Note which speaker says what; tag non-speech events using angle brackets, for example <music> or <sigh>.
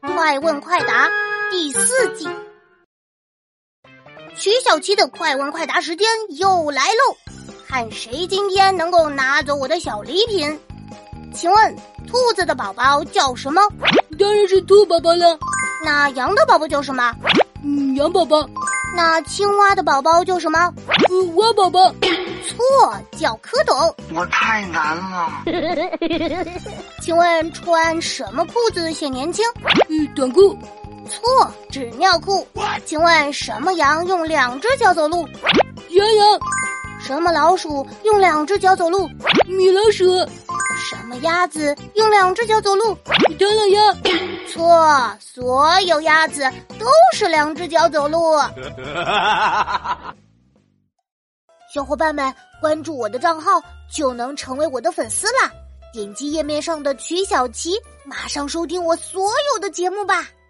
Speaker 1: 快问快答》第四季。徐小七的快问快答时间又来喽，看谁今天能够拿走我的小礼品。请问，兔子的宝宝叫什么？
Speaker 2: 当然是兔宝宝了。
Speaker 1: 那羊的宝宝叫什么？
Speaker 2: 嗯，羊宝宝。
Speaker 1: 那青蛙的宝宝叫什么？
Speaker 2: 嗯，蛙宝宝。
Speaker 1: 错，叫蝌蚪。
Speaker 3: 我太难了。
Speaker 1: <laughs> 请问穿什么裤子显年轻？
Speaker 2: 嗯，短裤。
Speaker 1: 错，纸尿裤。请问什么羊用两只脚走路？
Speaker 2: 羊羊。
Speaker 1: 什么老鼠用两只脚走路？
Speaker 2: 米老鼠。
Speaker 1: 什么鸭子用两只脚走路？
Speaker 2: 唐老鸭。
Speaker 1: 错，所有鸭子都是两只脚走路。小伙伴们，关注我的账号就能成为我的粉丝啦！点击页面上的曲小琪，马上收听我所有的节目吧。